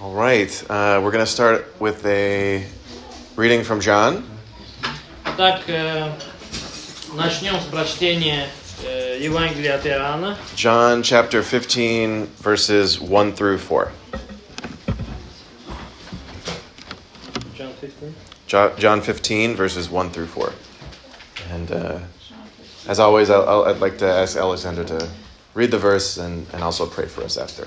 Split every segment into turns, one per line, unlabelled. All right, uh, we're going to start with a reading from John.
Так, э, начнем с прочтения э, Евангелия от Иоанна,
John chapter 15, verses 1 through 4.
John 15.
Jo- John 15, verses 1 through 4. And uh, as always, I'll, I'll, I'd like to ask Alexander to read the verse and, and also pray for us after.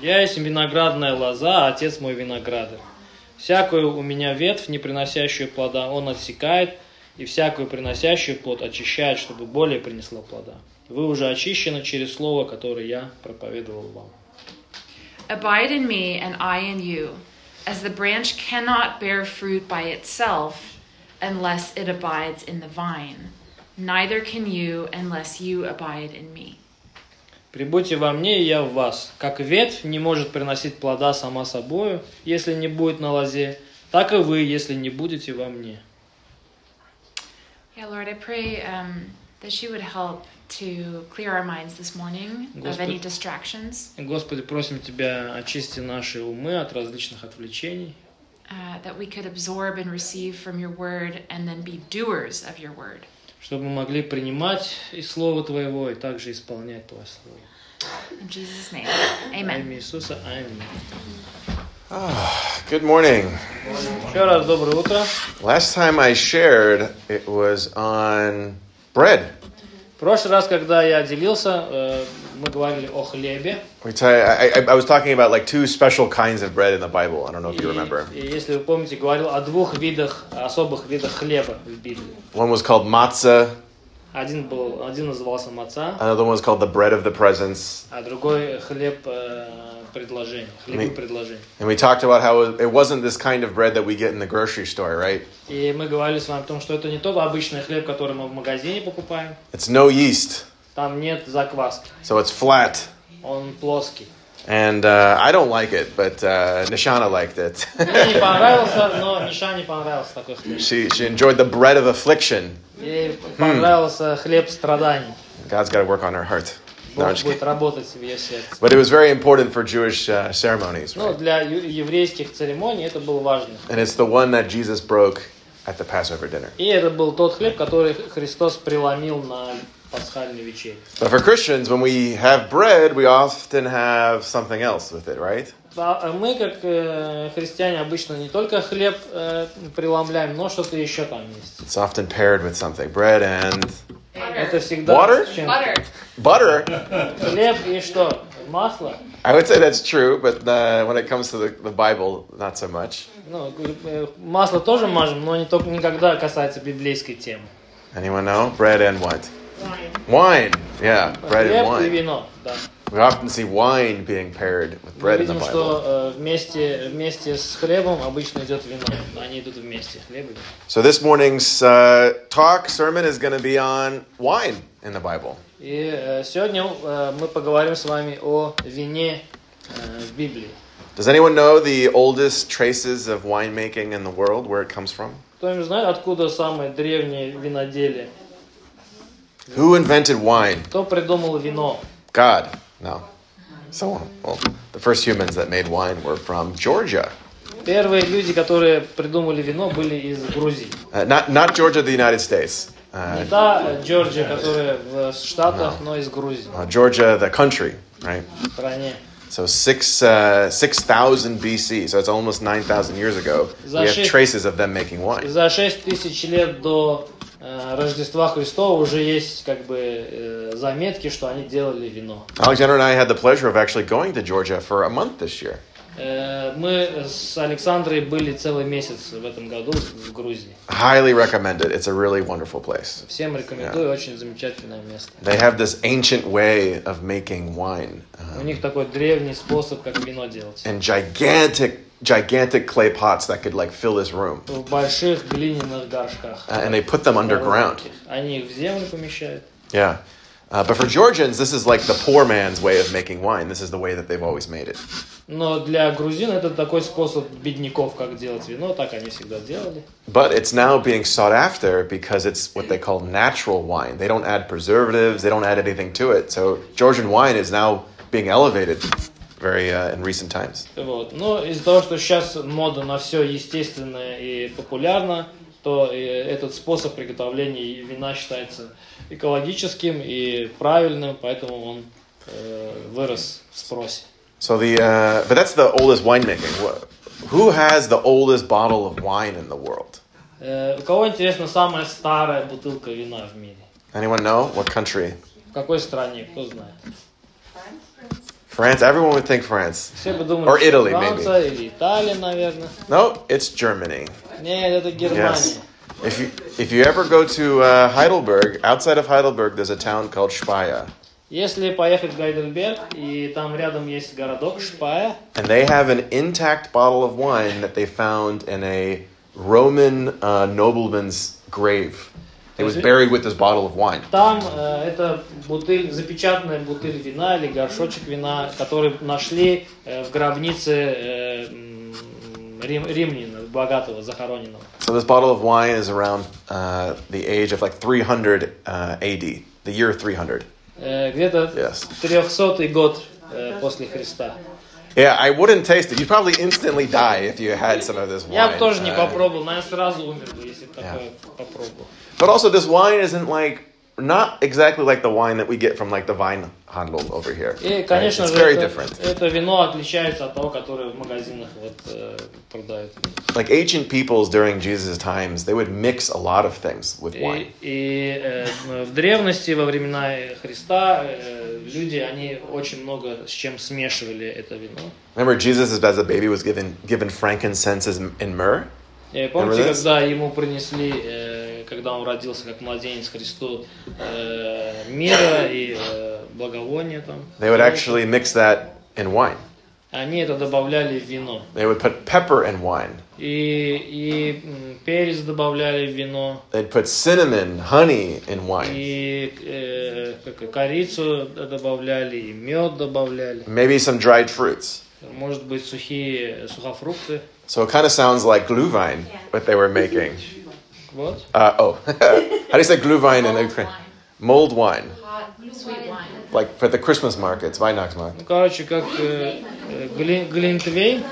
Я есть виноградная лоза, а отец мой виноградарь. Всякую у меня ветвь, не приносящую плода, он отсекает, и всякую приносящую плод очищает, чтобы более принесла плода. Вы уже очищены через слово, которое я проповедовал вам.
Abide in me, and I in you, as the branch cannot bear fruit by itself unless it abides in the vine. Neither can you unless you abide in me.
Прибудьте во мне, и я в вас. Как ветвь не может приносить плода сама собою, если не будет на лозе, так и вы, если не будете во мне.
Yeah, Lord, I pray um, that you would help to clear our minds this morning of any
Господи.
distractions,
Господи, просим Тебя, очисти наши умы от различных отвлечений,
uh, that we could absorb and receive from your word and then be doers of your word.
чтобы мы могли принимать и Слово Твоего, и также исполнять Твое Слово.
In Jesus' name,
Во
amen.
имя Иисуса, аминь.
Good morning.
Еще раз доброе утро.
Last time I shared, it was on bread.
В прошлый раз, когда я делился, э, мы говорили о хлебе.
We t- I, I, I was talking about like two special kinds of bread in the Bible. I don't know if
И,
you remember.
и если вы помните, говорил о двух видах, особых видах хлеба в Библии.
One was called matzah,
Один был, один назывался маца,
another one was called the bread of the presence.
а другой хлеб э, предложений,
Мы-
хлеб предложений.
And we talked about how it wasn't this kind of bread that we get in the grocery store, right?
И мы говорили с вами о том, что это не тот обычный хлеб, который мы в магазине покупаем.
It's no yeast,
Там нет закваски,
so it's flat.
он плоский.
And uh, I don't like it, but uh, Nishana liked it.
Мне не понравился, но Миша не понравился такой хлеб.
she, she enjoyed the bread of affliction.
Ей понравился хлеб страданий.
God's got to work on her heart. No, I'm
Бог
just
будет
kidding.
работать в ее сердце.
But it was very important for Jewish uh, ceremonies,
Ну,
right?
для ю- еврейских церемоний это был важно.
And it's the one that Jesus broke at the Passover dinner.
И это был тот хлеб, который Христос преломил на пасхальной вечере.
But for Christians, when we have bread, we often have something else with it, right?
Да, а Мы, как э, христиане, обычно не только хлеб э, преломляем, но что-то еще там есть.
It's often paired with something. Bread and
Это всегда
Water?
с чем?
Butter.
butter.
хлеб и что? Масло?
I would say that's true, but uh, when it comes to the, the Bible, not so much.
Ну, э, масло тоже мажем, но не только никогда касается библейской темы.
Anyone know? Bread and what? Wine. Yeah, bread and
хлеб и
wine.
вино, да.
We often see wine being paired with
Мы
bread in the
видим,
Bible.
что э, вместе, вместе с хлебом обычно идет вино. Они идут вместе, хлеб и вино.
So this morning's uh, talk sermon is going to be on wine in the Bible.
И э, сегодня э, мы поговорим с вами о вине э, в Библии.
Does anyone know the oldest traces of winemaking in the world, where it comes from?
Кто-нибудь знает, откуда самые древние виноделия?
Who invented wine?
Кто придумал вино?
God. No. So on. Well, the first humans that made wine were from Georgia.
Первые люди, которые придумали вино, были из Грузии.
Uh, not, not Georgia, the United States. Uh,
Не та э, Джорджия, которая в Штатах, но из Грузии,
uh, Georgia, the country, right?
в стране.
So six uh, six thousand BC. So it's almost nine thousand years ago. We have
Zaši-
traces of them making wine.
За 6 тысяч лет до э, Рождества Христова уже есть как бы э, заметки, что они делали вино.
Alexander and I had the pleasure of actually going to Georgia for a month this year.
Э, мы с Александрой были целый месяц в этом году в Грузии.
Highly recommend it. It's a really wonderful place.
Всем рекомендую, очень замечательное место.
They have this ancient way of making wine,
У
uh,
них такой древний способ, как вино делать.
and gigantic gigantic clay pots that could like fill this room,
в больших глиняных горшках.
uh, and they put them underground.
Они их в землю помещают.
Yeah. Uh, but for Georgians, this is like the poor man's way of making wine. This is the way that they've always made it.
Но для грузин это такой способ бедняков, как делать вино, так они всегда делали.
But it's now being sought after because it's what they call natural wine. They don't add preservatives, they don't add anything to it. So Georgian wine is now being elevated very uh, in recent times.
Вот. Но из-за того, что сейчас мода на все естественное и популярно, то э, этот способ приготовления вина считается экологическим и правильным, поэтому он э, вырос в спросе.
So the uh, but that's the oldest winemaking. Wh- Who has the oldest bottle of wine in the world?
Э, у кого интересно самая старая бутылка вина в мире?
Anyone know what country?
В какой стране? Кто знает?
France. Everyone would think France.
Все бы думали,
Or
что
Italy,
Франция или Италия, наверное.
No, it's Germany.
Нет, это Германия.
Yes. If you if you ever go to uh, Heidelberg, outside of Heidelberg, there's a town called Speyer,
Если поехать в Гайденберг, и там рядом есть городок Шпая,
and they have an intact bottle of wine that they found in a Roman uh, nobleman's grave. It was buried with this bottle of wine.
там э, это бутыль, запечатанная бутыль вина или горшочек вина, который нашли э, в гробнице э, м, рим- римлянина, богатого, захороненного.
So this bottle of wine is around uh, the age of like 300 uh, AD, the year 300.
Э, где-то
Yes.
300 год э, после Христа.
Yeah, I wouldn't taste it. You'd probably instantly die if you had some of this wine.
Я бы тоже не
Uh,
попробовал, наверное, сразу умер бы, если бы такое попробовал.
But also, this wine isn't like not exactly like the wine that we get from like the vine handle over here.
И,
right?
конечно
It's
же,
very
это,
different.
это вино отличается от того, которое в магазинах вот, э, продают.
Like ancient peoples during Jesus' times, they would mix a lot of things with
И,
wine.
и, э, в древности, во времена Христа, э, люди, они очень много с чем смешивали это вино.
Remember, Jesus as a baby was given given frankincense and myrrh.
Э, помните,
Remember this?
когда ему принесли, э, когда он родился как младенец Христу, э, мира и э, благовония там?
They would actually mix that in wine.
Они это добавляли в вино.
They would put pepper in wine.
И, и м, перец добавляли в вино,
They'd put cinnamon, honey in wine.
и э, как и корицу добавляли, и мед добавляли.
Maybe some dried fruits.
Может быть, сухие сухофрукты.
So it kind of sounds like glühwein, what they were making.
Вот.
Uh, oh, how do you say glühwein in Ukraine? Mold wine,
Sweet wine.
like for the Christmas markets, Weihnachtsmarkt.
Ну, короче, как э, э, глин- глинтвейн.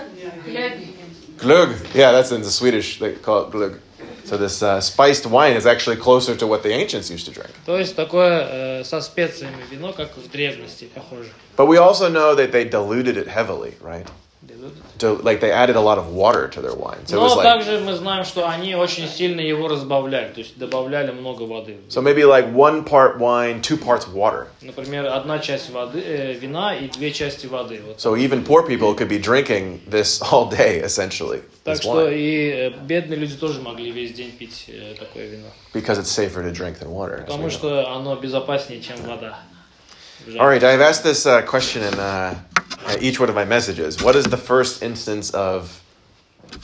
Glögg, yeah, that's in the Swedish. They call it glögg. So this uh, spiced wine is actually closer to what the ancients used to drink.
То есть такое э, со специями вино, как в древности, похоже.
But we also know that they diluted it heavily, right? To, like they added a lot of water to their wine, so it was
Но
like
также мы знаем, что они очень сильно его разбавляли, то есть добавляли много воды.
so maybe like one part wine, two parts water.
Например, одна часть воды, э, вина и две части воды. Вот.
So even poor people could be drinking this all day, essentially,
Так
this
что
wine,
и э, бедные люди тоже могли весь день pить э, такое вино.
because it's safer to drink than water. as we
Потому
know.
что оно безопаснее, чем вода.
All right, I've asked this uh, question in uh, uh, each one of my messages. What is the first instance of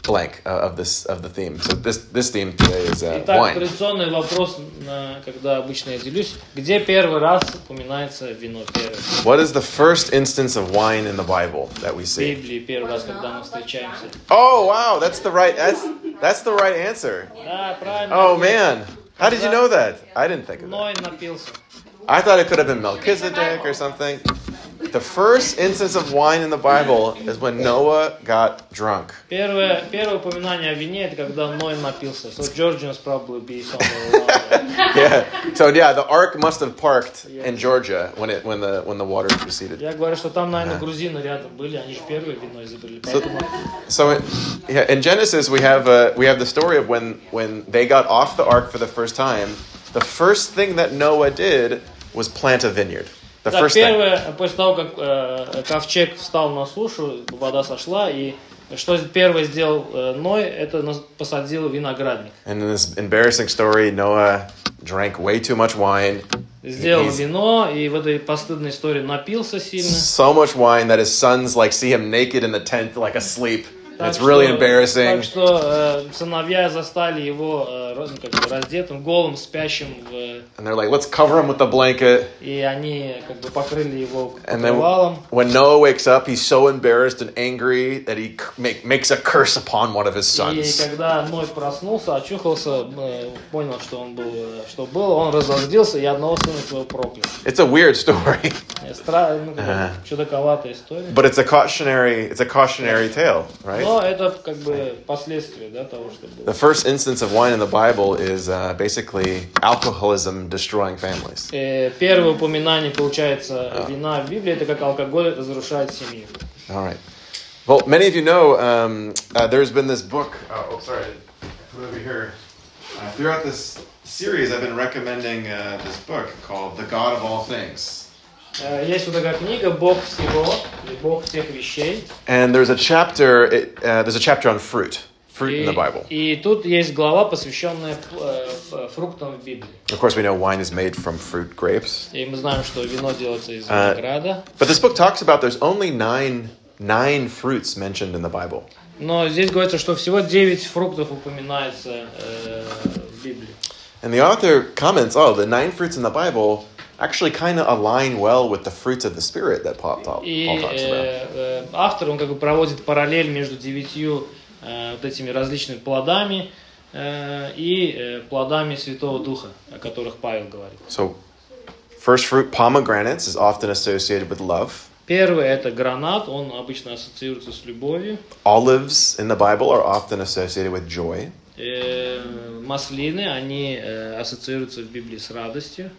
blank uh, of this of the theme? So this this theme today is uh,
Итак,
wine.
традиционный вопрос, на- когда обычно я делюсь. Где первый раз упоминается вино? Первый.
What is the first instance of wine in the Bible that we
В
see?
Библии первый раз, когда мы встречаемся.
Oh wow, that's the right that's that's the right answer.
Да, правильно.
Oh man, how did you know that? I didn't think of that.
Ной напился.
I thought it could have been Melchizedek or something. The first instance of wine in the Bible is when Noah got drunk.
Первое, первое упоминание о вине, это когда Ной напился. So Georgians probably be somewhere around there.
yeah. So yeah, the ark must have parked in Georgia when it when the when the water receded.
Я говорю, что там, наверное, грузины рядом были, они же первые вино изобрели. Поэтому
So in, yeah, in Genesis we have uh, we have the story of when when they got off the ark for the first time. The first thing that Noah did was plant a vineyard. The
Так,
first thing.
первое, после того, как э, ковчег встал на сушу, вода сошла, и что первое сделал э, Ной, это нас- посадил виноградник.
And in this embarrassing story, Noah drank way too much wine.
Сделал
He's-
вино, и в этой постыдной истории напился сильно.
So much wine that his sons like see him naked in the tent, like asleep,
Так
It's really
что-
embarrassing.
Так что э, сыновья застали его э, ро- ну, как бы раздетым, голым, спящим, в-
And they're like, let's cover him with the blanket.
и они как бы покрыли его
And then
покрывалом.
when Noah wakes up, he's so embarrassed and angry that he c- make, makes a curse upon one of his
И
sons.
когда Ной проснулся, очухался, э, понял, что он был, э, что было, он разозлился и одного сына своего проклял.
It's a weird story,
Э, стра- ну, как бы,
Ага.
чудаковатая история.
but it's a cautionary it's a cautionary tale, right?
Но это как бы последствия да, того, что было.
The first instance of wine in the Bible is uh, basically alcoholism destroying families.
Э, Первое упоминание, получается, вина в Библии, это как алкоголь разрушает семью.
All right. Well, many of you know um, uh, there's been this book. Oh, oh, sorry, I put it over here. Uh, throughout this series, I've been recommending uh, this book called "The God of All Things."
Э, Есть вот такая книга «Бог всего» и «Бог всех вещей».
And there's a chapter. It, uh, there's a chapter on fruit, fruit in
И,
the Bible.
и тут есть глава, посвященная э, ф- фруктам в Библии.
Of course, we know wine is made from fruit grapes.
И мы знаем, что вино делается из
А.
винограда.
But this book talks about there's only nine nine fruits mentioned in the Bible.
Но здесь говорится, что всего 9 фруктов упоминается э, в Библии.
And the author comments, "Oh, the nine fruits in the Bible actually kind of align well with the fruits of the Spirit that Paul, Paul,
И
Paul talks about."
э, э, автор, он как бы проводит параллель между девятью э, вот этими различными плодами э, и э, плодами Святого Духа, о которых Павел говорит.
So, first fruit pomegranates is often associated with love.
Первый это гранат, он обычно ассоциируется с любовью.
Olives in the Bible are often associated with joy.
Э, маслины, они э, ассоциируются в Библии с радостью.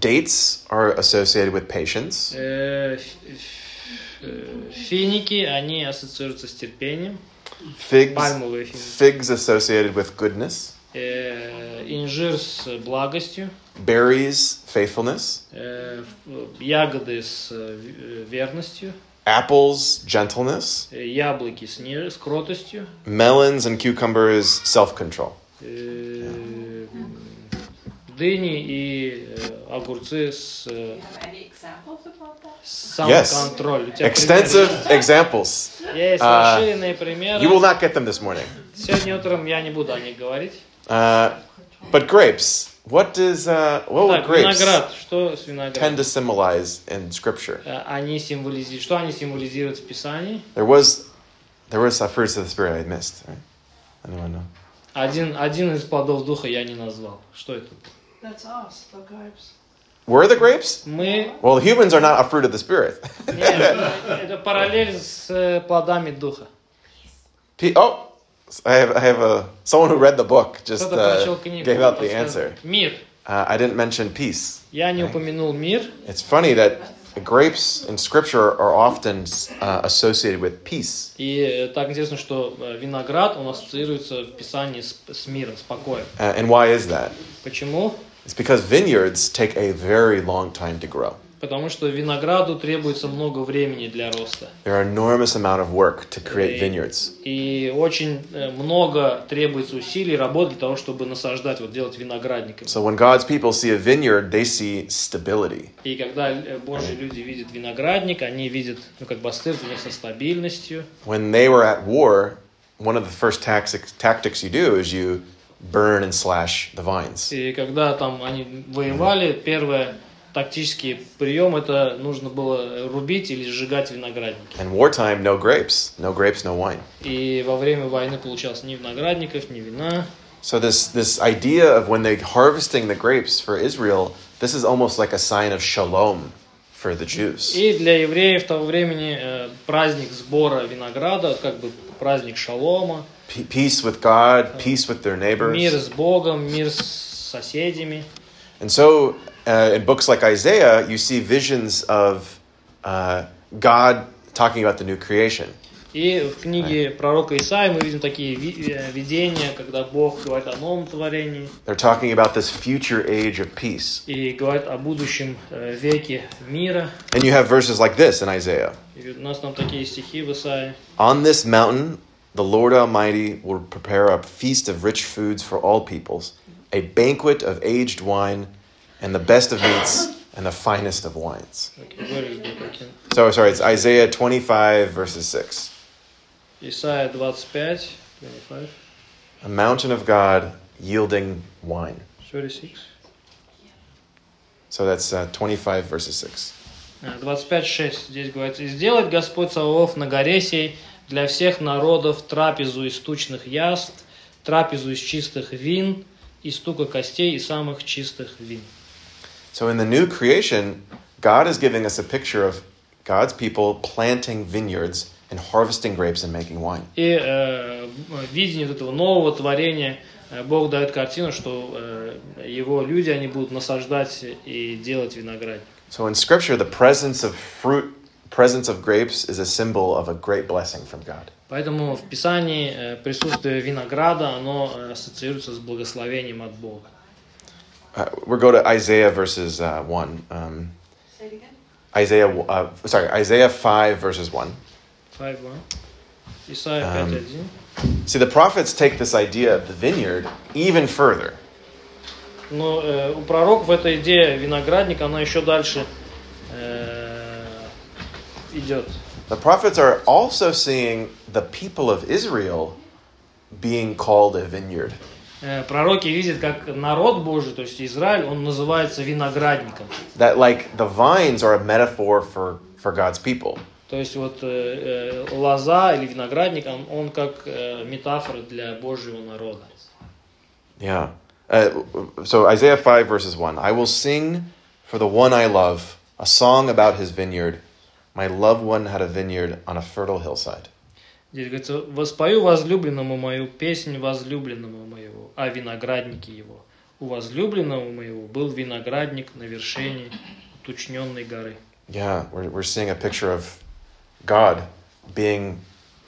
Dates are associated with patience.
Э, ф- ф- э, финики, они ассоциируются с терпением.
Figs,
Пальмовые финики.
figs associated with goodness.
Э, инжир с благостью.
Berries, faithfulness.
Э, ф- ягоды с э, в- э, верностью,
Apples, gentleness.
э, яблоки с, не- с кротостью,
Melons and cucumbers, self control.
э, дыни и э, огурцы с, э,
Any examples about that?
с самоконтроль. У тебя
Extensive examples.
примеры Есть
А,
расширенные примеры.
You will not get them this morning.
Сегодня утром я не буду о них говорить.
Uh, but grapes. What does uh, what would
Так,
grapes
виноград. Что с
tend
виноградом?
to symbolize in Scripture?
Э, Они символизируют, что они символизируют в Писании?
There was, there was a fruits of the spirit I missed. Right? Anyone know?
Один, один из плодов духа я не назвал. Что это?
That's us, the grapes.
Were the grapes?
Мы
Well, humans are not a fruit of the spirit.
Нет, это параллель с э, плодами духа.
P- oh, I have, I have a someone who read the book just
Кто-то
uh,
прочел книгу.
gave out the
подсказал.
answer.
Мир.
Uh, I didn't mention peace.
Я не упомянул мир.
It's funny that grapes in scripture are often uh, associated with peace,
И э, так интересно, что э, виноград, он ассоциируется в Писании с, с миром, с покоем.
uh, and why is that?
Почему?
It's because vineyards take a very long time to grow.
Потому что винограду требуется много времени для роста.
There are enormous amount of work to
They-
create vineyards.
И очень э, много требуется усилий, работ для того, чтобы насаждать, вот делать виноградниками.
So when God's people see a vineyard, they see stability.
И когда э, Божьи люди видят виноградник, они видят, ну, как бы ассоциируют со стабильностью,
when they were at war, one of the first tactics, tactics you do is you burn and slash the vines.
И когда там они воевали, первое тактический прием это нужно было рубить или сжигать виноградники.
And wartime, no grapes, no grapes, no wine.
И во время войны получалось ни виноградников, ни вина.
So this this idea of when they're harvesting the grapes for Israel, this is almost like a sign of shalom for the Jews.
И для евреев того времени э, праздник сбора винограда, как бы праздник шалома,
P- peace with God, peace with their
мир
neighbors.
с Богом, мир с соседями.
And so uh, in books like Isaiah, you see visions of uh, God talking about the new creation.
И в книге пророка Исаи мы видим такие ви- э, видения, когда Бог говорит о новом творении
They're talking about this future age of peace.
и говорит о будущем э, веке мира.
And you have verses like this in Isaiah
И у нас там такие стихи в Исаии.
On this mountain, the Lord Almighty will prepare a feast of rich foods for all peoples, a banquet of aged wine, and the best of meats, and the finest of wines.
Так, Вырежу пока.
So, sorry, it's Isaiah 25, verses 6.
Исайя 25, 25,
A mountain of God yielding wine.
36.
So that's uh, 25 verses 6.
А, 25.6 здесь говорится. «И сделает Господь Саваоф на горе сей для всех народов трапезу из тучных яств, трапезу из чистых вин, и стука костей и самых чистых вин».
So in the new creation, God is giving us a picture of God's people planting vineyards and harvesting grapes and making wine.
И э, в видении вот этого нового творения э, Бог дает картину, что э, его люди, они будут насаждать и делать виноградник.
So in scripture, the presence of fruit, presence of grapes is a symbol of a great blessing from God.
Поэтому в Писании э, присутствие винограда, оно э, ассоциируется с благословением от Бога.
Uh, we'll go to Isaiah verses uh, 1. Um,
Say it again.
Isaiah, uh, sorry, Isaiah 5 verses 1.
5.1. а? Исайя
Ам.
5.1.
See, the prophets take this idea of the vineyard even further.
Но э, у пророк в этой идее виноградника, она еще дальше э, идет.
The prophets are also seeing the people of Israel being called a vineyard.
Э, пророки видят, как народ Божий, то есть Израиль, он называется виноградником.
That, like, the vines are a metaphor for, for God's people.
То есть вот э, э, лоза или виноградник, он, он как э, метафора для Божьего народа.
Yeah. Uh, so, Isaiah 5, verses 1 I will sing for the one I love a song about his vineyard. My loved one had a vineyard on a fertile hillside.
Здесь говорится, воспою возлюбленному мою песнь возлюбленному моего, о винограднике его. У возлюбленного моего был виноградник на вершине тучненной горы.
Yeah, we're, we're seeing a picture of God being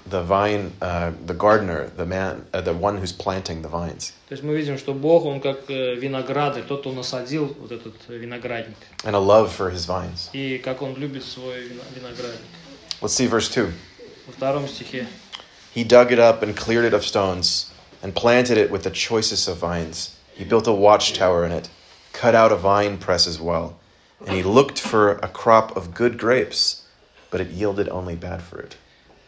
the vine, uh, the gardener, the man, uh, the one who's planting the vines.
То есть мы видим, что Бог, Он как э, виноград, и тот, кто насадил вот этот э, виноградник.
and a love for his vines.
И как Он любит свой вино- виноградник.
Let's see verse 2.
Во втором стихе.
He dug it up and cleared it of stones and planted it with the choicest of vines. He built a watchtower in it, cut out a vine press as well. And he looked for a crop of good grapes, but it yielded only bad fruit.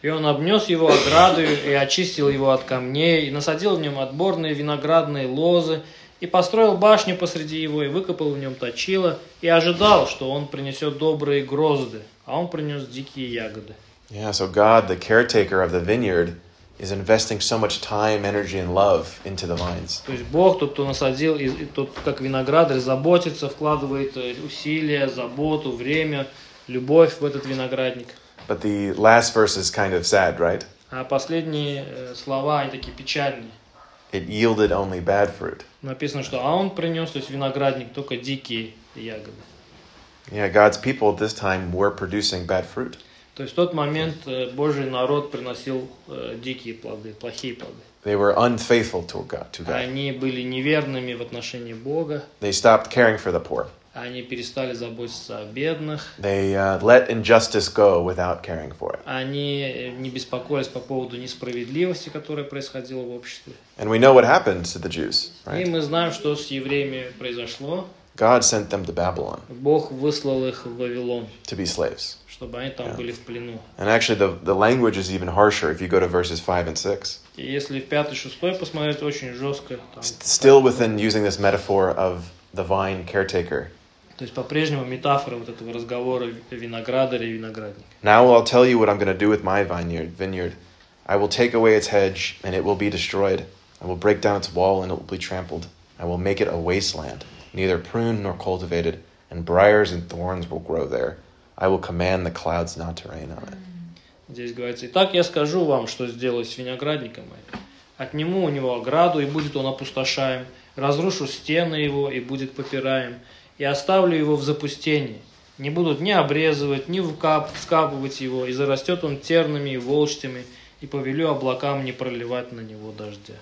И он обнес его оградою и очистил его от камней, и насадил в нем отборные виноградные лозы, и построил башню посреди его, и выкопал в нем точило, и ожидал, что он принесет добрые грозды, а он принес дикие ягоды.
Yeah, so God, the caretaker of the vineyard, is investing so much time, energy, and love into the vines.
То есть Бог, тот, кто насадил, и и тот, как виноградарь, заботится, вкладывает э, усилия, заботу, время, любовь в этот виноградник.
But the last verse is kind of sad, right?
А последние э, слова, они такие печальные.
It yielded only bad fruit.
Написано, что а он принес, то есть виноградник, только дикие ягоды.
Yeah, God's people at this time were producing bad fruit.
То есть в тот момент э, Божий народ приносил э, дикие плоды, плохие плоды.
They were unfaithful to God. To God.
Они были неверными в отношении Бога,
They stopped caring for the poor.
они перестали заботиться о бедных,
They uh, let injustice go without caring for it.
они э, не беспокоились по поводу несправедливости, которая происходила в обществе.
And we know what happened to the Jews,
И
right?
мы знаем, что с евреями произошло.
God sent them to Babylon
Бог выслал их в Вавилон,
to be slaves.
чтобы они там
Да.
были в плену.
And actually, the, the language is even harsher if you go to verses 5 and 6.
И если в пятый, шестой посмотреть, очень жестко. там.
S- Still within using this metaphor of the vine caretaker.
То есть по-прежнему метафора вот этого разговора виноградаря и виноградника.
Now I'll tell you what I'm going to do with my vineyard. vineyard. I will take away its hedge, and it will be destroyed. I will break down its wall, and it will be trampled. I will make it a wasteland, neither pruned nor cultivated, and briars and thorns will grow there. I will command the clouds not to rain on it.
Здесь говорится, «Итак я скажу вам, что сделаю с виноградником моим. Отниму у него ограду, и будет он опустошаем. Разрушу стены его, и будет попираем. И оставлю его в запустении. Не будут ни обрезывать, ни вкап- вкапывать его, и зарастет он тернами и волчьими, и повелю облакам не проливать на него дождя».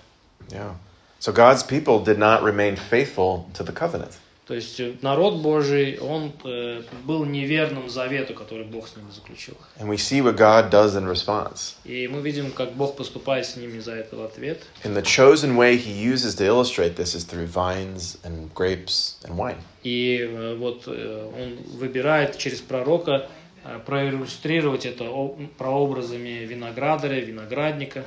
Yeah. So God's people did not remain faithful to the covenant.
То есть э, народ Божий, он э, был неверным завету, который Бог с ним заключил.
And we see what God does in response.
И мы видим, как Бог поступает с ними за это в ответ –
And the chosen way he uses to illustrate this is through vines and grapes and wine.
И э, вот э, он выбирает через пророка э, проиллюстрировать это о- прообразами виноградаря, виноградника.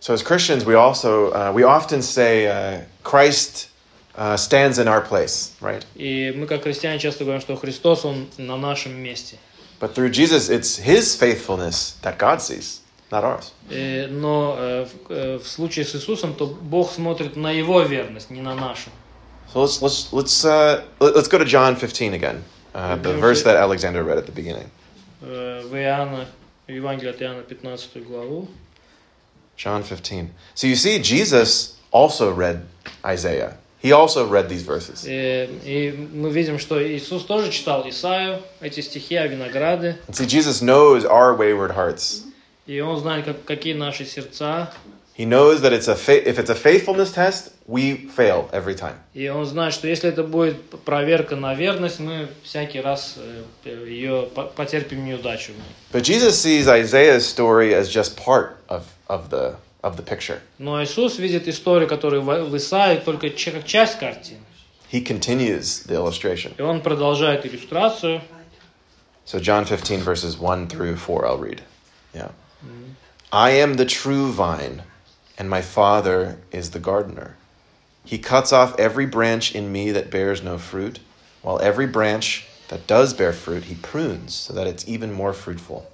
So as Christians, we also uh, we often say uh, Christ uh, stands in our place, right?
И мы, как христиане, часто говорим, что Христос, Он на нашем месте.
But through Jesus, it's His faithfulness that God sees, not ours.
Э, Но э, в- э, в случае с Иисусом, то Бог смотрит на Его верность, не на нашу.
So let's let's let's uh, let- let's go to John 15 again, uh, the
Okay.
verse that Alexander read at the beginning.
Э, В Иоанна, в Евангелие от Иоанна, 15 главу.
John 15. So you see, Jesus also read Isaiah. He also read these verses.
Э, И мы видим, что Иисус тоже читал Исаию, эти стихи о винограде.
And see, Jesus knows our wayward hearts.
И Он знает, как- какие наши сердца.
He knows that it's a fa- if it's a faithfulness test, we fail every time.
И Он знает, что если это будет проверка на верность, мы всякий раз ее потерпим неудачу. в ней.
But Jesus sees Isaiah's story as just part of, of the of the picture.
Но Иисус видит историю, которая в в Исаии только ч- как часть картины.
He continues the illustration.
И он продолжает иллюстрацию.
So John 15 verses 1 through 4 I'll read. Yeah. I am the true vine and my Father is the gardener. He cuts off every branch in me that bears no fruit, while every branch that does bear fruit he prunes so that it's even more fruitful.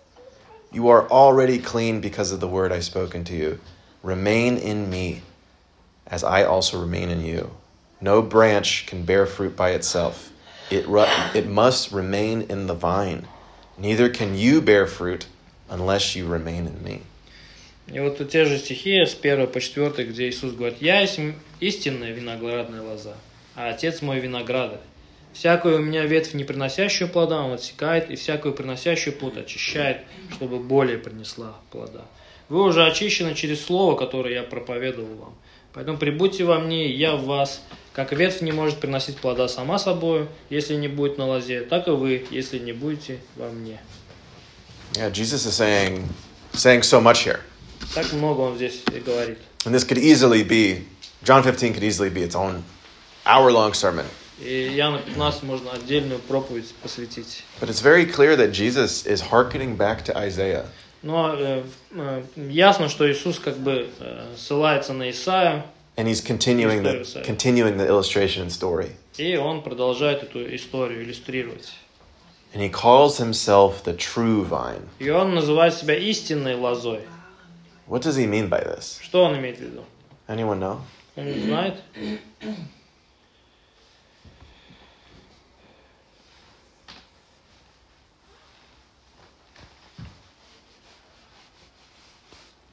You are already clean because of the word I spoken to you. Remain in me as I also remain in you. No branch can bear fruit by itself. It, ru- it must remain in the vine. Neither can you bear fruit unless you remain in me.
И вот тут те же стихи с 1 по 4, где Иисус говорит, «Я есть истинная виноградная лоза, а Отец мой виноградарь. Всякую у меня ветвь, не приносящую плода, он отсекает, и всякую приносящую плод очищает, чтобы более принесла плода. Вы уже очищены через слово, которое я проповедовал вам. Поэтому прибудьте во мне, и я в вас. Как ветвь не может приносить плода сама собою, если не будет на лозе, так и вы, если не будете во мне».
Yeah, Jesus is saying, saying so much here.
Так много он здесь и говорит.
And this could easily be, John 15 could easily be its own hour long sermon.
И Иоанна 15 можно отдельную проповедь посвятить.
But it's very clear that Jesus is hearkening back to Isaiah.
Но э, э, ясно, что Иисус как бы э, ссылается на Исаию,
And he's continuing the,
Illustration.
continuing the illustration and story.
и он продолжает эту историю иллюстрировать.
And he calls himself the true vine.
И он называет себя истинной лозой.
What does he mean by this?
Что он имеет в виду?
Anyone know?
Он не знает?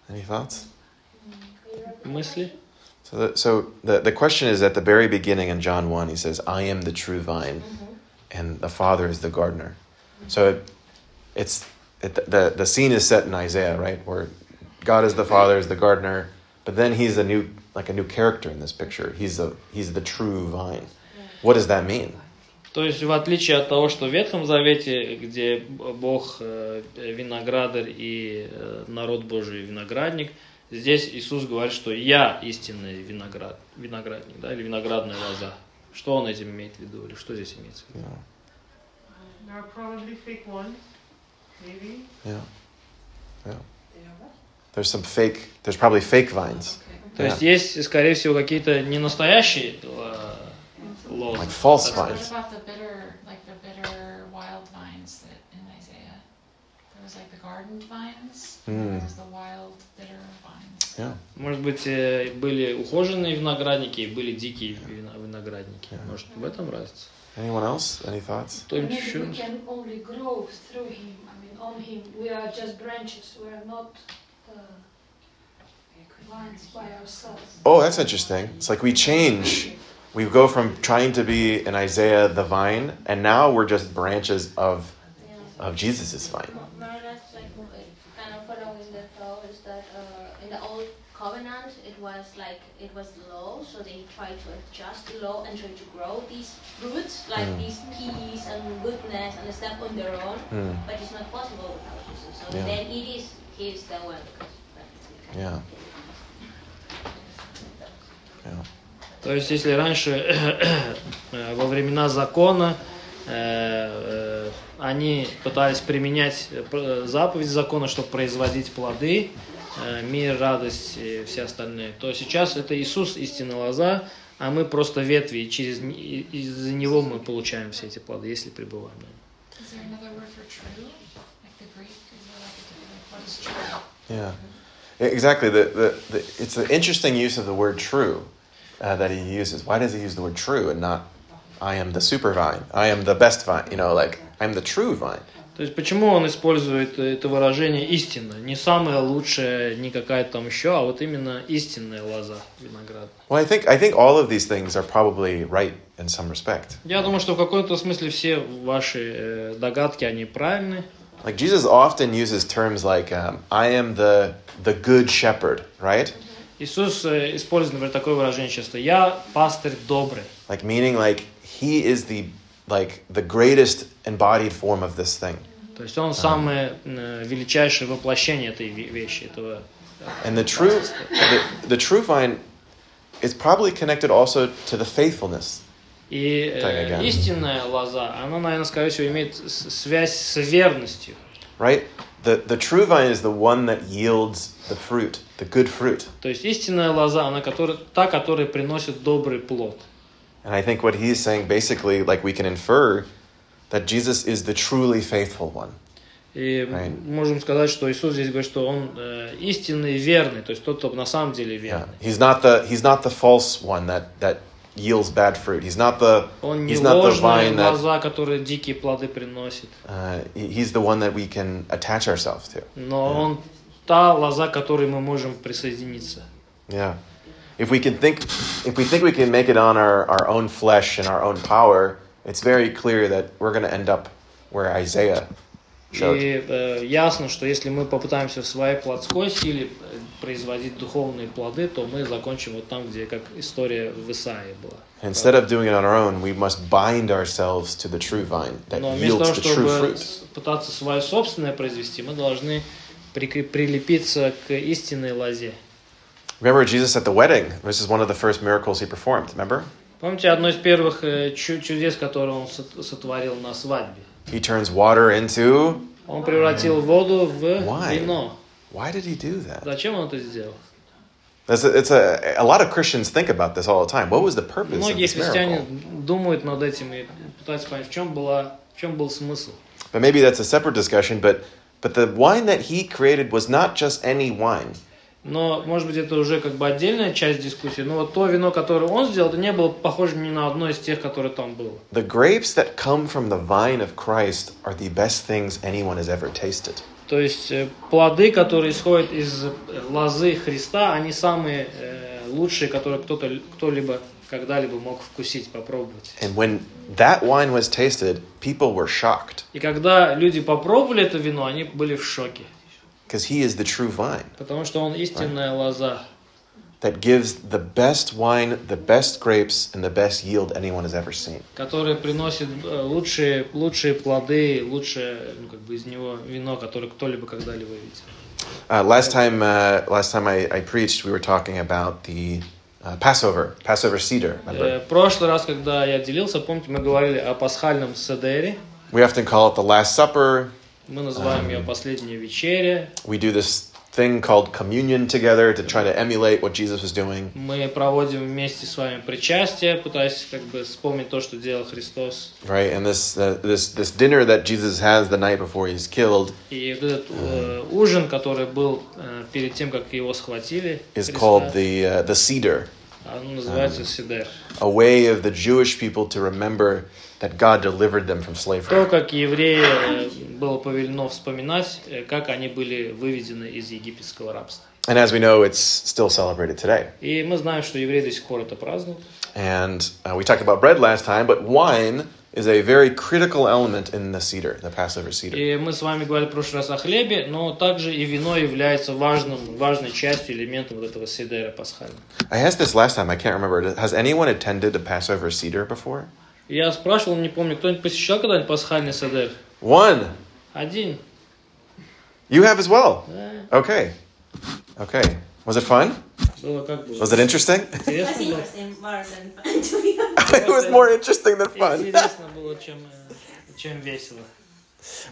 Any thoughts?
Мысли?
So, the, so the, the question is at the very beginning in John 1, he says, I am the true vine, and the Father is the gardener. So it, it's it, the, the scene is set in Isaiah, right? Where God is the Father, is the gardener, but then he's a new, like a new character in this picture. He's, a, he's the true vine. What does that mean?
То есть, в отличие от того, что в Ветхом Завете, где Бог э, виноградарь и э, народ Божий виноградник, здесь Иисус говорит, что я истинный виноград, виноградник, да, или виноградная лоза. Что он этим имеет в виду, или что здесь имеется в виду?
You know,
There are probably fake ones, maybe.
yeah.
Yeah.
There's some fake, there's probably fake vines,
То есть, есть, скорее всего, какие-то ненастоящие э, лозы.
like false
That's
vines.
What about the bitter, like the bitter wild vines that in Isaiah? There was like the garden vines, and
Mm.
there was the wild bitter vines.
Yeah.
Может быть, э, были ухоженные виноградники и были дикие вино- виноградники. Может, в этом разница?
Anyone else? Any thoughts?
I
Кто-нибудь
mean,
еще?
we can only grow through him. I mean, on him. We are just branches. We are not uh, vines by ourselves.
Oh, that's interesting. It's like we change. We go from trying to be an Isaiah the vine, and now we're just branches of of Jesus' vine.
More or less, like, kind of following the flow is that uh, in the old covenant, it was like it was low, so they tried to adjust the law and try to grow these fruits, like these peace and goodness and stuff on their own,
Hmm.
but it's not possible without Jesus. So
Yeah.
then it is, he is the one. Because, but we
Yeah.
can't get it.
То есть, если раньше э, во времена закона э, э, они пытались применять э, пр- э, заповедь закона, чтобы производить плоды, э, мир, радость и все остальные, то сейчас это Иисус истинная лоза, а мы просто ветви, и через н- и- из-за него мы получаем все эти плоды, если пребываем. на нем.
Is there another word for true? Like the Greek, is there like a different what is true?
Yeah, E- exactly. The, the, the, it's an interesting use of the word true uh, that he uses. Why does he use the word true and not I am the super vine? I am the best vine. You know, like I'm the true vine.
То есть почему он использует это выражение истинно? Не самое лучшее, не какая-то там еще, а вот именно истинная лоза винограда.
Well, I think I think all of these things are probably right in some respect.
Я думаю, что в каком-то смысле все ваши э, догадки, они правильны.
Like Jesus often uses terms like um, I am the the good shepherd, right?
Иисус э, использует, например, такое выражение часто. Я пастырь добрый.
Like meaning like he is the like the greatest embodied form of this thing.
То есть он самое э, величайшее воплощение этой ве- вещи, этого.
And the true, the, the true vine is probably connected also to the faithfulness.
И э,
Так, ага.
истинная лоза, она, наверное, скорее всего, имеет с- связь с верностью.
right? The, the true vine is the one that yields the fruit, the good fruit.
То есть истинная лоза, она которая, та, которая приносит добрый плод.
And I think what he is saying basically, like we can infer that Jesus is the truly faithful one.
И м-
Right.
можем сказать, что Иисус здесь говорит, что Он э, истинный и верный, то есть тот, кто на самом деле
Yeah.
верный.
Uh, He's not the he's not the false one that, that yields bad fruit. He's not the
Он не
he's not the
ложная
vine that
лоза, которая дикие плоды приносит,
uh, he- he's the one that we can attach ourselves to.
но Он та лоза, к которой мы можем присоединиться.
Yeah. If we can think if we think we can make it on our, our own flesh and our own power, it's very clear that we're gonna end up where Isaiah showed.
И э, ясно, что если мы попытаемся в своей плотской силе э, производить духовные плоды, то мы закончим вот там, где как история в Исаии была.
Instead of doing it on our own, we must bind ourselves to the true vine that
Но вместо того,
yields the true
чтобы
fruit.
с- пытаться свое собственное произвести, мы должны прикреп- прилепиться к истинной лозе.
Remember Jesus at the wedding? This is one of the first miracles he performed, remember?
Помните одно из первых э, чу- чудес, которые он сот- сотворил на свадьбе?
He turns water into
Он превратил воду в
Why?
вино.
why did he do that?
Зачем он это сделал?
That's a, it's a, a lot of Christians think about this all the time. What was the purpose of
Многие
this
христиане
miracle?
думают над этим и пытаются понять, в чем, была, в чем был смысл.
But maybe that's a separate discussion. But but the wine that he created was not just any wine.
Но, может быть, это уже как бы отдельная часть дискуссии. Но вот то вино, которое он сделал, это не было похоже ни на одно из тех, которые там было.
The grapes that come from the vine of Christ are the best things anyone has ever tasted.
То есть э, плоды, которые исходят из э, лозы Христа, они самые э, лучшие, которые кто-то, кто-либо когда-либо мог вкусить, попробовать.
And when that wine was tasted, people were shocked
И когда люди попробовали это вино, они были в шоке,
because he is the true vine
потому что он истинная лоза.
that gives the best wine, the best grapes, and the best yield anyone has ever seen.
который приносит э, лучшие, лучшие плоды, лучшее ну, как бы из него вино, которое кто-либо когда-либо видел.
Uh, last time, uh, last time I, I preached, we were talking about the uh, Passover, Passover cedar. Remember?
Э, прошлый раз, когда я делился, помните, мы говорили о пасхальном седере.
We often call it the Last Supper.
Мы называем
А.
ее «Последняя вечеря».
We do this thing called communion together to try to emulate what Jesus was doing.
Мы проводим вместе с вами причастие, пытаясь как бы вспомнить то, что делал Христос.
right? And this uh, this this dinner that Jesus has the night before he's killed
И вот
А.
этот э, ужин, который был э, перед тем, как его схватили,
is
Христа,
called the uh, the А. cedar,
оно называется седер.
a way of the Jewish people to remember that God delivered them from
То,
slavery.
как евреи э, было повелено вспоминать, э, как они были выведены из египетского рабства.
And as we know, it's still celebrated today.
И мы знаем, что евреи до сих пор это празднуют.
And uh, we talked about bread last time, but wine is a very critical element in the cedar, the Passover cedar.
И мы с вами говорили в прошлый раз о хлебе, но также и вино является важным, важной частью, элементом вот этого седера пасхального.
I asked this last time. I can't remember. Has anyone attended a Passover cedar before?
Я спрашивал, не помню, кто-нибудь посещал когда-нибудь пасхальный седер?
One.
Один.
You have as well.
Да,
Okay. Okay. Was it fun?
было как было.
Was it interesting?
I
Интересно
think
было.
it was embarrassing, to be honest.
it was more interesting than fun.
Интересно было, чем, э, чем весело.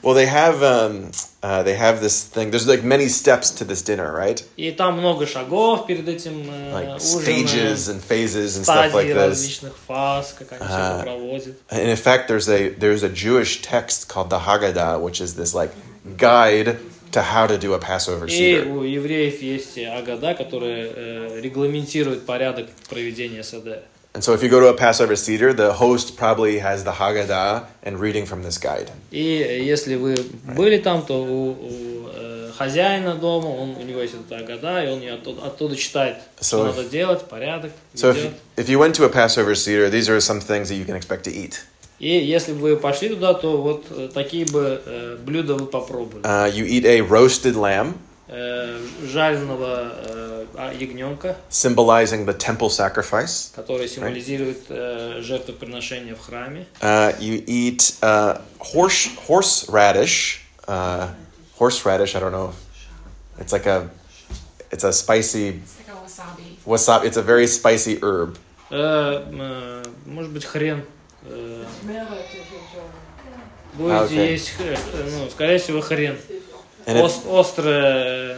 Well, they have um, uh, they have this thing. There's like many steps to this dinner, right?
И там много шагов перед этим э,
Like
ужином,
stages and phases and stuff like
стадий
this.
различных фаз, как они все это проводят.
And in fact, there's a there's a Jewish text called the Haggadah, which is this like guide to how to do a Passover
И
seder.
у евреев есть Агада, которая э, регламентирует порядок проведения СД.
And so, if you go to a Passover seder, the host probably has the Haggadah and reading from this guide.
И если вы были там, то у, у, э, хозяина дома, он, у него есть эта Агада, и он ее оттуда, оттуда читает, что
So if-
надо делать, порядок.
So,
идет.
if, if you went to a Passover seder, these are some things that you can expect to eat.
И если бы вы пошли туда, то вот э, такие бы э, блюда вы попробовали.
Uh, you eat a roasted lamb,
Э, жареного э, а- ягненка,
symbolizing the temple sacrifice.
который символизирует э, жертвоприношение в храме.
Uh, you eat uh, horse horseradish. Uh, horseradish. I don't know. It's like a it's a spicy
It's like a wasabi.
wasabi. It's a very spicy herb.
Э, э, может быть, хрен. э,
А,
будете
окей.
есть, хрен, э, ну, скорее всего, хрен.
And, it,
Ост- острое э,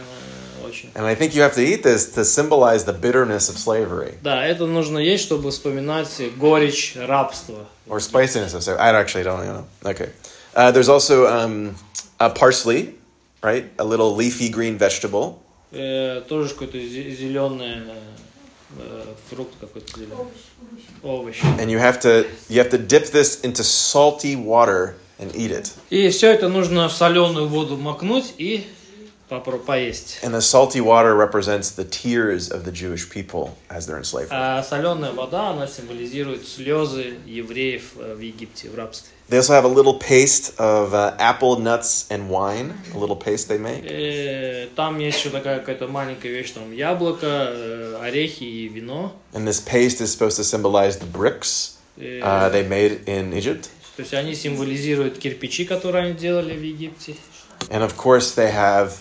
очень.
and I think you have to eat this to symbolize the bitterness of slavery
Да, это нужно есть, чтобы вспоминать горечь рабства.
or spiciness of slavery. I actually don't know. Okay. Uh, there's also um, a parsley, right? A little leafy green vegetable.
Э, тоже какой-то зеленый фрукт какой-то зеленый. Овощ.
And you have to you have to dip this into salty water and eat it.
И все это нужно в соленую воду макнуть и попро- поесть.
And the salty water represents the tears of the Jewish people as they're enslaved.
А соленая вода, она символизирует слезы евреев э, в Египте, в рабстве.
They also have a little paste of uh, apple nuts and wine, a little paste they make.
Э, Там есть еще такая какая-то маленькая вещь, там яблоко, э, орехи и вино.
And this paste is supposed to symbolize the bricks
Э,
uh, they made in Egypt.
То есть они символизируют кирпичи, которые они делали в Египте.
And of course, they have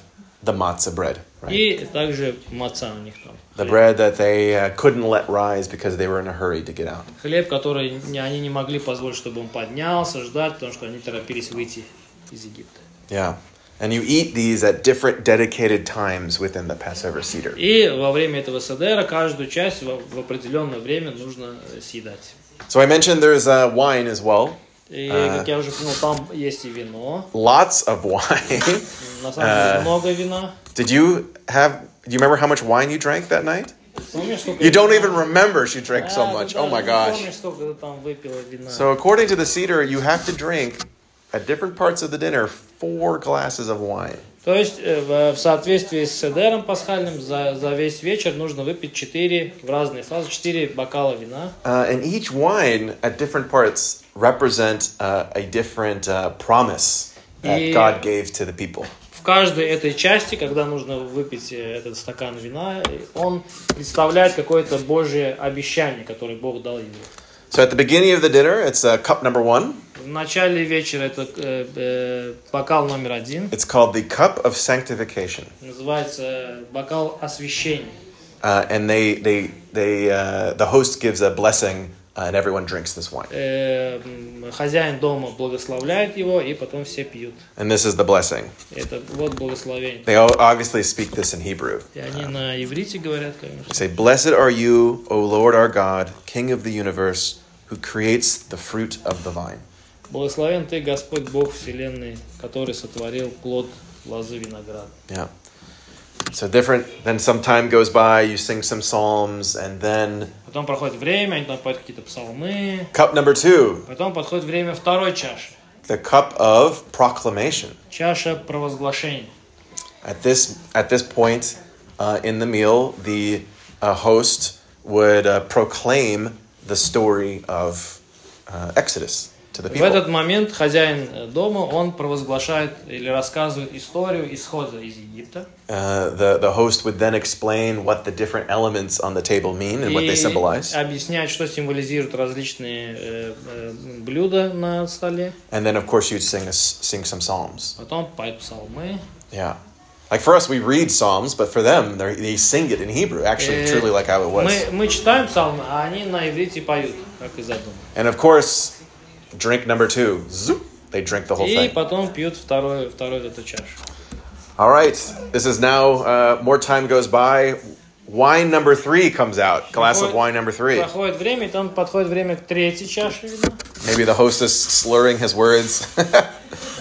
the matzah bread, right?
И также маца у них там.
The bread that they uh, couldn't let rise because they were in a hurry to get out.
Хлеб, который не- они не могли позволить, чтобы он поднялся, ждать, потому что они торопились выйти из Египта.
Yeah. And you eat these at different dedicated times within the Passover Seder.
И во время этого СДР каждую часть в, в определенное время нужно э, съедать.
So I mentioned there's uh, wine as well.
И,
А.
как я уже понял, там есть и вино.
Lots of wine.
На самом деле
А.
много вина.
Did you have? Do you remember how much wine you drank that night?
Помнишь, сколько я
You don't
вина?
even remember she drank so
А, ты
much.
даже
Oh my
не
gosh.
Помнишь, сколько ты там выпила вина?
So according to the cedar, you have to drink at different parts of the dinner four glasses of wine.
То есть э, в в соответствии с седером пасхальным за, за весь вечер нужно выпить 4 в разные фазы, 4 бокала вина.
Uh, and each wine at different parts represent uh, a different uh, promise that
Yeah.
God gave to the people.
В каждой этой части, когда нужно выпить э, этот стакан вина, э, он представляет какое-то Божье обещание, которое Бог дал ему.
So at the beginning of the dinner, it's uh, cup number one.
В начале вечера это э, э, бокал номер один,
It's called the cup of sanctification.
называется э, бокал освящения.
Uh, and they, they, they, uh, the host gives a blessing, uh, and everyone drinks this wine.
Э, м, хозяин дома благословляет его, и потом все пьют.
And this is the blessing.
Это вот благословение.
They o- obviously speak this in Hebrew.
И они на иврите говорят, конечно.
They say, Blessed are you, O Lord our God, King of the universe, who creates the fruit of the vine.
Благословен ты, Господь Бог Вселенной, который сотворил плод лозы винограда.
Yeah. So different. Then some time goes by, you sing some psalms, and then
Потом проходит время, они там поют какие-то псалмы.
cup number two,
Потом подходит время второй чаши.
the cup of proclamation.
Чаша провозглашения.
At this, at this point uh, in the meal, the uh, host would uh, proclaim the story of uh, Exodus to the
В
people.
этот момент хозяин э, дома, он провозглашает или рассказывает историю исхода из Египта.
Uh, the, the host would then explain what the different elements on the table mean and what
И
they symbolize.
объясняет, что символизируют различные э, э, блюда на столе.
And then, of course, you'd sing, a s sing some psalms.
Потом поют псалмы.
Yeah. Like for us, we read psalms, but for them, they're- they sing it in Hebrew, actually,
Э,
truly like how it was.
Мы, мы читаем псалмы, а они на иврите поют, как и задумано.
And of course, drink number two. Zoop. They drink the whole
И
thing.
потом пьют вторую, вторую эту чашу.
All right, this is now, uh, more time goes by. Wine number three comes out. Glass of wine number three.
Проходит время, и там подходит время к третьей чаше, видно.
Maybe the hostess slurring his words.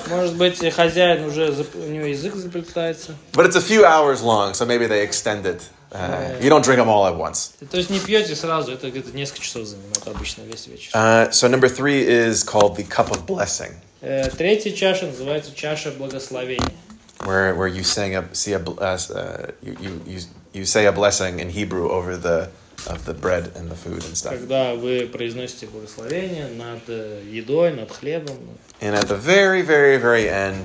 Может быть, и хозяин уже, зап- у него язык заплетается.
but it's a few hours long, so maybe they extend it. Uh, you don't drink them all at once.
То есть не пьете сразу, это где-то несколько часов занимает обычно весь вечер.
Uh, so number three is called the cup of blessing,
Э, Третья чаша называется чаша благословения.
where, where you sing a see a bl- uh, uh, you, you, you you say a blessing in Hebrew over the of the bread and the food and stuff.
Когда вы произносите благословение над э, едой, над хлебом.
And at the very, very, very end,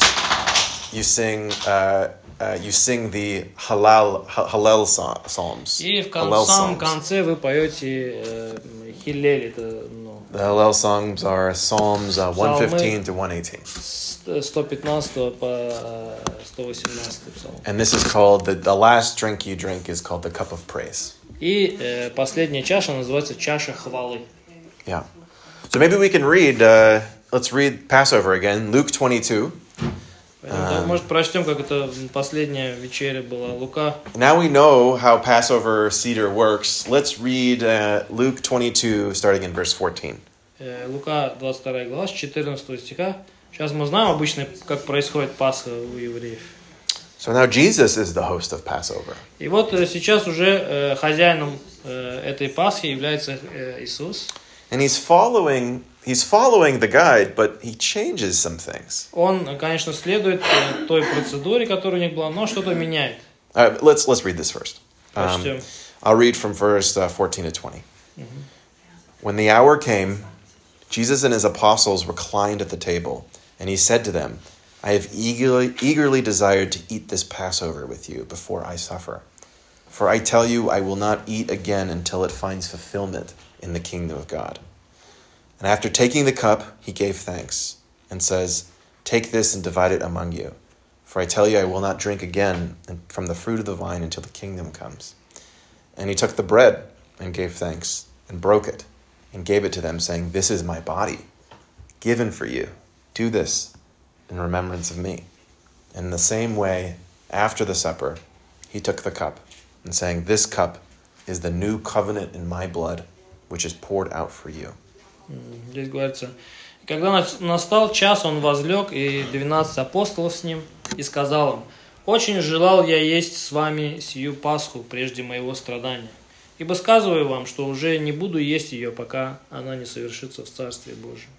you sing, uh, uh, you sing the halal, ha- halal psa- psalms.
И в кон-
halal
самом
psalms.
конце вы поете э, м, Хиллель, это ну,
the halal psalms are Psalms uh, 115 to 118.
с- 115 по э, 118 псалом.
And this is called, the, the last drink you drink is called the cup of praise.
И э, последняя чаша называется чаша хвалы.
Yeah. So maybe we can read, uh, let's read Passover again, Luke 22.
Поэтому, да, может, прочтем, как это последняя вечеря была Лука.
Now we know how Passover cedar works. Let's read uh, Luke 22, starting in verse 14.
Э, Лука 22 глава, с 14 стиха. Сейчас мы знаем обычно, как происходит Пасха у евреев.
So now Jesus is the host of Passover.
И вот э, сейчас уже э, хозяином э, этой Пасхи является э, Иисус.
And he's following he's following the guide, but he changes some things.
Он, э, конечно, следует э, той процедуре, которая у них была, но что-то меняет.
All right, let's let's read this first. Um,
Прочтем.
I'll read from verse uh, 14 to 20. When the hour came, Jesus and his apostles reclined at the table, and he said to them, I have eagerly, eagerly desired to eat this Passover with you before I suffer. For I tell you, I will not eat again until it finds fulfillment in the kingdom of God. And after taking the cup, he gave thanks and says, Take this and divide it among you. For I tell you, I will not drink again from the fruit of the vine until the kingdom comes. And he took the bread and gave thanks and broke it and gave it to them, saying, This is my body, given for you. Do this in remembrance of me. In the same way, after the supper, he took the cup and saying, This cup is the new covenant in my blood, which is poured out for you.
Здесь говорится, когда нас- настал час, он возлег, и 12 апостолов с ним, и сказал им, «Очень желал я есть с вами сию Пасху прежде моего страдания, ибо сказываю вам, что уже не буду есть ее, пока она не совершится в Царстве Божьем».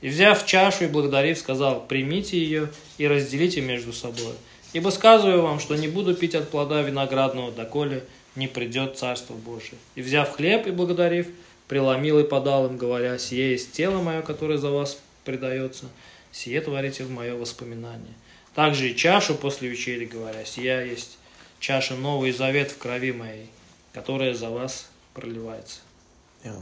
И, взяв чашу и благодарив, сказал, «Примите ее и разделите между собой, ибо сказываю вам, что не буду пить от плода виноградного, доколе не придет Царство Божие». И, взяв хлеб и благодарив, преломил и подал им, говоря, «Сие есть тело мое, которое за вас предается, сие творите в мое воспоминание». Также и чашу после вечери, говоря, «Сия есть чаша новый завет в крови моей, которая за вас проливается».
Yeah.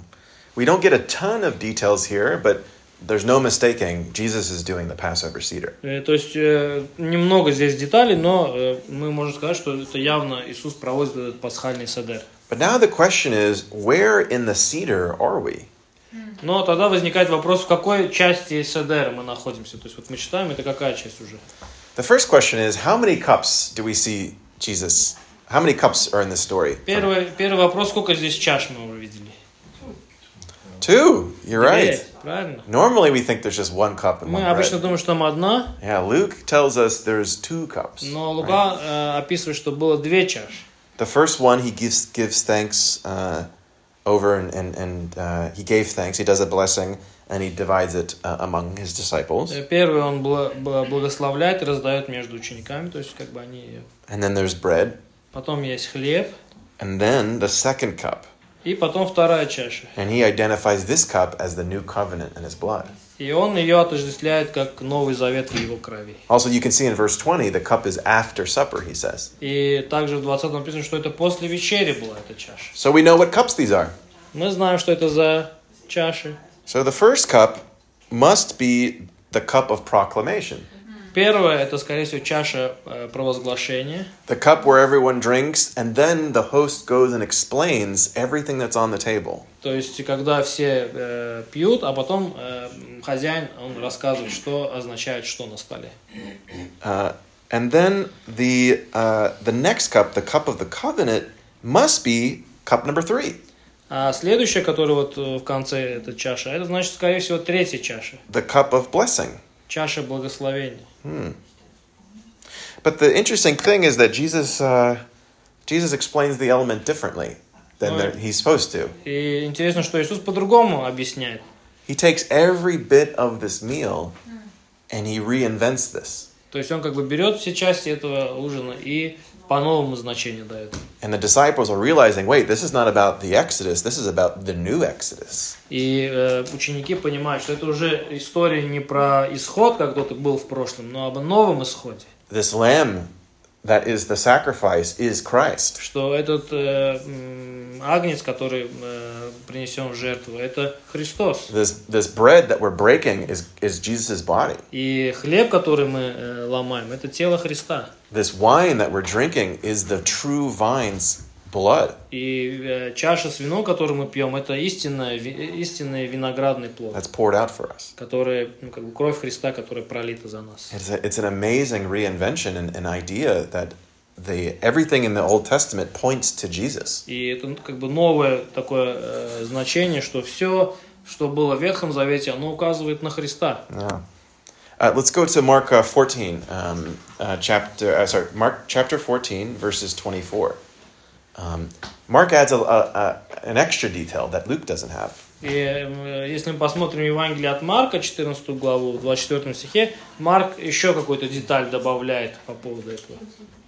We don't get a ton of details here, but there's no mistaking Jesus is doing the Passover Seder.
Э, То есть э, немного здесь деталей, но э, мы можем сказать, что это явно Иисус проводит этот пасхальный седер.
But now the question is, where in the Seder are we?
Но тогда возникает вопрос, в какой части седера мы находимся. То есть вот мы читаем, это какая часть уже?
The first question is, how many cups do we see Jesus? How many cups are in this story?
Первый, первый вопрос, сколько здесь чаш мы уже видели?
Two. You're right.
Две, Правильно.
Normally we think there's just one cup and one
Мы обычно
bread.
думаем, что там одна,
Yeah, Luke tells us there's two cups.
но
right?
Лука э, описывает, что было две чаши.
The first one he gives gives thanks uh, over and and, and uh, he gave thanks. He does a blessing and he divides it uh, among his disciples.
Э, Первый он бла- бла- благословляет и раздает между учениками, то есть как бы они... её.
And then there's bread.
Потом есть хлеб,
And then the second cup.
и потом вторая чаша.
And he identifies this cup as the new covenant in his blood.
И он ее отождествляет как Новый Завет в его крови.
Also, you can see in verse 20, the cup is after supper, he says.
И также в 20 написано, что это после вечери была эта чаша.
So we know what cups these are.
Мы знаем, что это за чаши.
So the first cup must be the cup of proclamation.
Первое, это, скорее всего, чаша э, провозглашения.
The cup where everyone drinks, and then the host goes and explains everything that's on the table.
То есть, когда все э, пьют, а потом э, м, хозяин, он рассказывает, что означает, что на столе.
Uh, and then the uh, the next cup, the cup of the covenant, must be cup number three,
А следующая, которая вот э, в конце эта чаша, это значит, скорее всего, третья чаша.
the cup of blessing.
Чаша благословения.
But the interesting thing is that Jesus uh, Jesus explains the element differently than
Right.
that he's supposed to.
И интересно, что Иисус по-другому объясняет.
He takes every bit of this meal and he reinvents this.
То есть он как бы берет все части этого ужина и по новому значению дает.
And the disciples are realizing, wait, this is not about the Exodus, this is about the new Exodus.
И э, ученики понимают, что это уже история не про исход, как кто-то был в прошлом, но об новом исходе.
This lamb that is the sacrifice is Christ.
Что этот э, м, агнец, который э, принесен в жертву, это Христос.
This this bread that we're breaking is is Jesus' body.
И хлеб, который мы э, ломаем, это тело Христа.
This wine that we're drinking is the true vine's blood.
И э, чаша с вином, которую мы пьем, это истинная, ви- истинный виноградный плод,
That's poured out for us.
который, ну, как бы кровь Христа, которая пролита за нас.
It's, a, it's an amazing reinvention and an idea that the everything in the Old Testament points to Jesus.
И это ну, как бы новое такое э, значение, что все, что было в Ветхом Завете, оно указывает на Христа.
Yeah. Uh, let's go to Mark uh, 14, um, uh, chapter. Uh, sorry, Mark chapter 14, verses 24. Um, Mark adds a, a, a, an extra detail that Luke doesn't have.
И э, если мы посмотрим Евангелие от Марка, 14 главу, в 24 стихе, Марк еще какую-то деталь добавляет по поводу этого.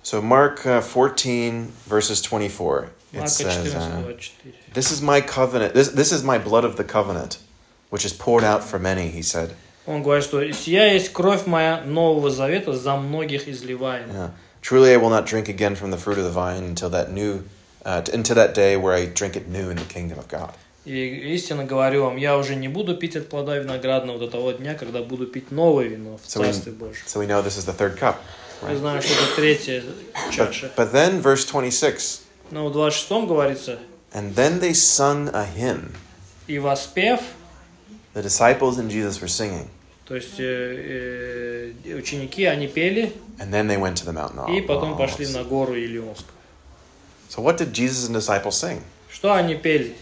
So Mark uh, 14, verses 24. It
Марка
says,
14,
uh,
24.
"This is my covenant. This this is my blood of the covenant, which is poured out for many." He said.
Он говорит, что «Сия есть кровь моя Нового Завета, за многих изливаемая».
Yeah. Truly, I will not drink again from the fruit of the vine until that new, uh, t- until that day where I drink it new in the kingdom of God.
И истинно говорю вам, я уже не буду пить от плода виноградного до того дня, когда буду пить новое вино в
So we,
Царстве Божьем.
so we know this is the third cup.
Я знаю, что это третья чаша.
But, but then, verse 26,
Но в 26 говорится,
and then they sung a hymn.
и воспев,
The disciples and Jesus were singing,
то есть э, э, ученики, они пели,
and then they went to the mountain. of
и потом пошли
Olives.
на гору Илионск.
So, what did Jesus and disciples sing?
Что они пели?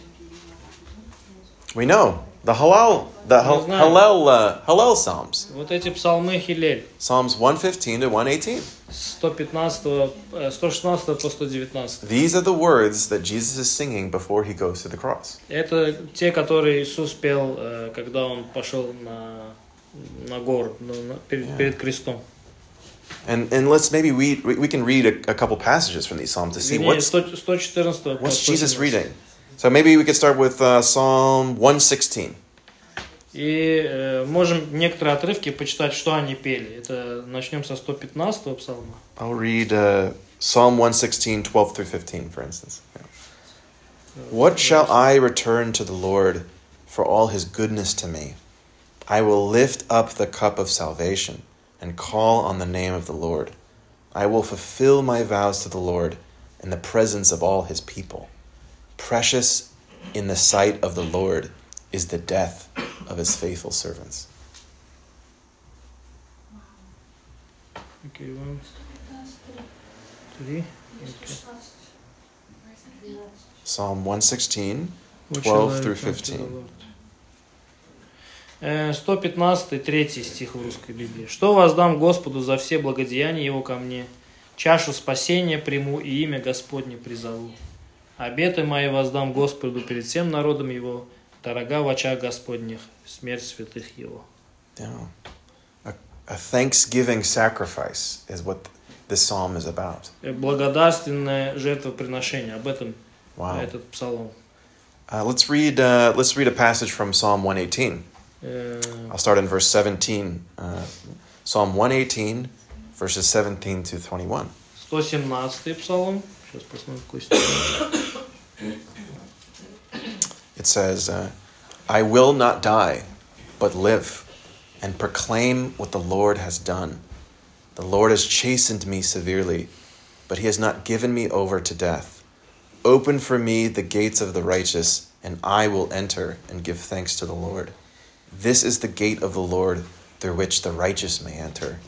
We know the halal, the hal-
Well, no.
halal, uh, halal psalms,
Вот эти псалмы Хилель,
Psalms 115 to 118.
с 115, э, 116 по 119.
These are the words that Jesus is singing before he goes to the cross.
Это те, которые Иисус пел, э, когда он пошел на, на гору, на- на- перед, перед крестом.
And and let's maybe read we, we can read a, a couple passages from these psalms to see
Вернее,
what's
100 114 по 117.
what's Jesus reading. So maybe we could start with uh, Psalm one sixteen.
И э, можем некоторые отрывки почитать, что они пели. Это начнем со 115 псалма.
I'll read uh, Psalm 116, 12 through fifteen, for instance. Yeah. What shall I return to the Lord for all His goodness to me? I will lift up the cup of salvation and call on the name of the Lord. I will fulfill my vows to the Lord in the presence of all His people. Precious in the sight of the Lord is the death of His faithful servants.
Окей, вам три.
Psalm 116,
Вот
12
человек,
through 15.
он сказал, э, 115, третий стих в русской Библии. «Что воздам Господу за все благодеяния Его ко мне? Чашу спасения приму и имя Господне призову. Обеты мои воздам Господу перед всем народом Его, дорога в очах Господних, смерть святых Его».
down. A, a thanksgiving sacrifice is what this psalm is about.
Э, Благодарственное жертвоприношение. Об этом
Wow.
этот псалом.
Uh, let's read. Uh, let's read a passage from Psalm 118.
Э,
I'll start in verse 17. Uh, psalm 118, verses 17 to 21.
117 псалом. Сейчас посмотрим, какой стих.
It says, uh, "I will not die, but live, and proclaim what the Lord has done. The Lord has chastened me severely, but he has not given me over to death. Open for me the gates of the righteous, and I will enter and give thanks to the Lord. This is the gate of the Lord through which the righteous may enter.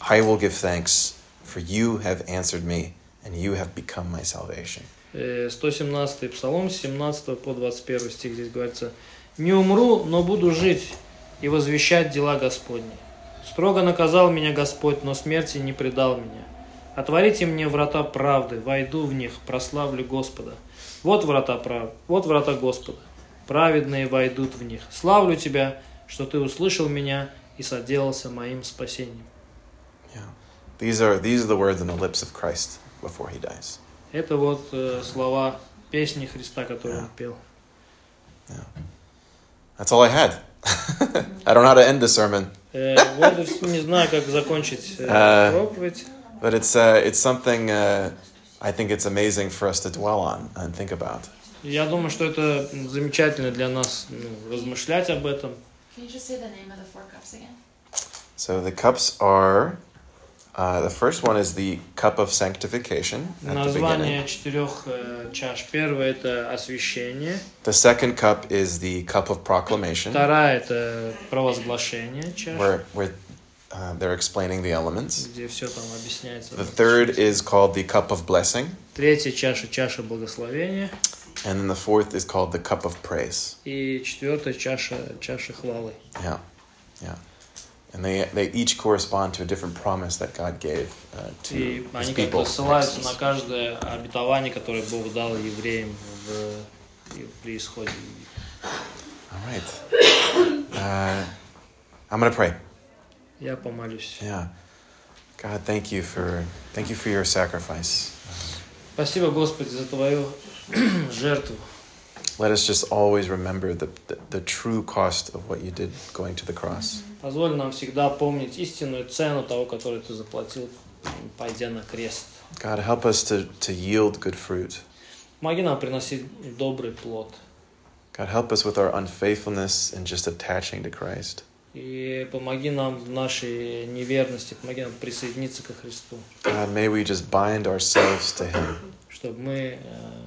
I will give thanks, for you have answered me, and you have become my salvation.
Э, 117 Псалом, с 17 по 21 стих здесь говорится. «Не умру, но буду жить и возвещать дела Господни. Строго наказал меня Господь, но смерти не предал меня. Отворите мне врата правды, войду в них, прославлю Господа. Вот врата прав... вот врата Господа. Праведные войдут в них. Славлю Тебя, что Ты услышал меня и соделался моим спасением».
Yeah. These are these are the words on the lips of Christ before he dies.
Это вот э, слова песни Христа, которую он пел.
That's all I had. I don't know how to end the sermon,
Э, вот и всё, не знаю, как закончить э,
Э.
проповедь.
but it's uh, it's something uh, I think it's amazing for us to dwell on and think about.
Я думаю, что это замечательно для нас ну, размышлять об этом.
Can you just say the name of the four cups again?
So the cups are. Uh, the first one is the cup of sanctification at the beginning.
Название четырех э, чаш. Первая это освящение,
The second cup is the cup of proclamation,
вторая это провозглашение чаш,
where, where uh, they're explaining the elements.
где все там объясняется.
The third is called the cup of blessing,
Третья чаша чаша благословения
and then the fourth is called the cup of praise.
и четвертая чаша чаша хвалы.
Yeah, yeah. And they, they each correspond to a different promise that God gave uh, to
И
his
они как
people.
бы ссылаются на каждое обетование, которое Бог дал евреям в, и при исходе.
All right. Uh, I'm going to pray.
Я помолюсь.
Yeah. God, thank you for thank you for your sacrifice.
Спасибо, Господи, за Твою жертву.
Let us just always remember the, the, the true cost of what you did going to the cross.
Позволь нам всегда помнить истинную цену того, который Ты заплатил, пойдя на крест.
God, help us to, to yield good fruit.
Помоги нам приносить добрый плод.
God, help us with our unfaithfulness and just attaching to Christ.
И помоги нам в нашей неверности, помоги нам присоединиться ко Христу,
God, may we just bind ourselves to Him
чтобы мы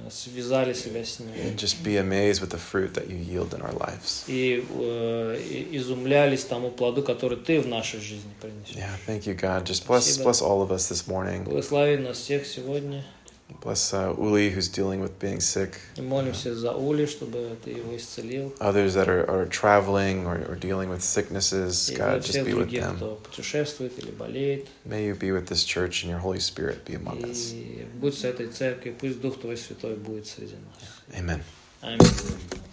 э, связали себя с Ним
and just be amazed with the fruit that you yield in our lives.
и э, и- изумлялись тому плоду, который Ты в нашей жизни принесешь.
Yeah, thank you, God. Just bless
Спасибо.
bless all of us this morning.
Благослови нас всех сегодня.
Bless uh, Uli, who's dealing with being sick.
И молимся за Ули, чтобы Ты его исцелил.
Others that are, are traveling or, or dealing with sicknesses,
И для
God, just
всех
be with
других,
them.
кто путешествует или болеет.
May you be with this church and your Holy Spirit be among us.
И будь с этой церкви, пусть Дух Твой Святой будет среди нас.
Amen.
Аминь.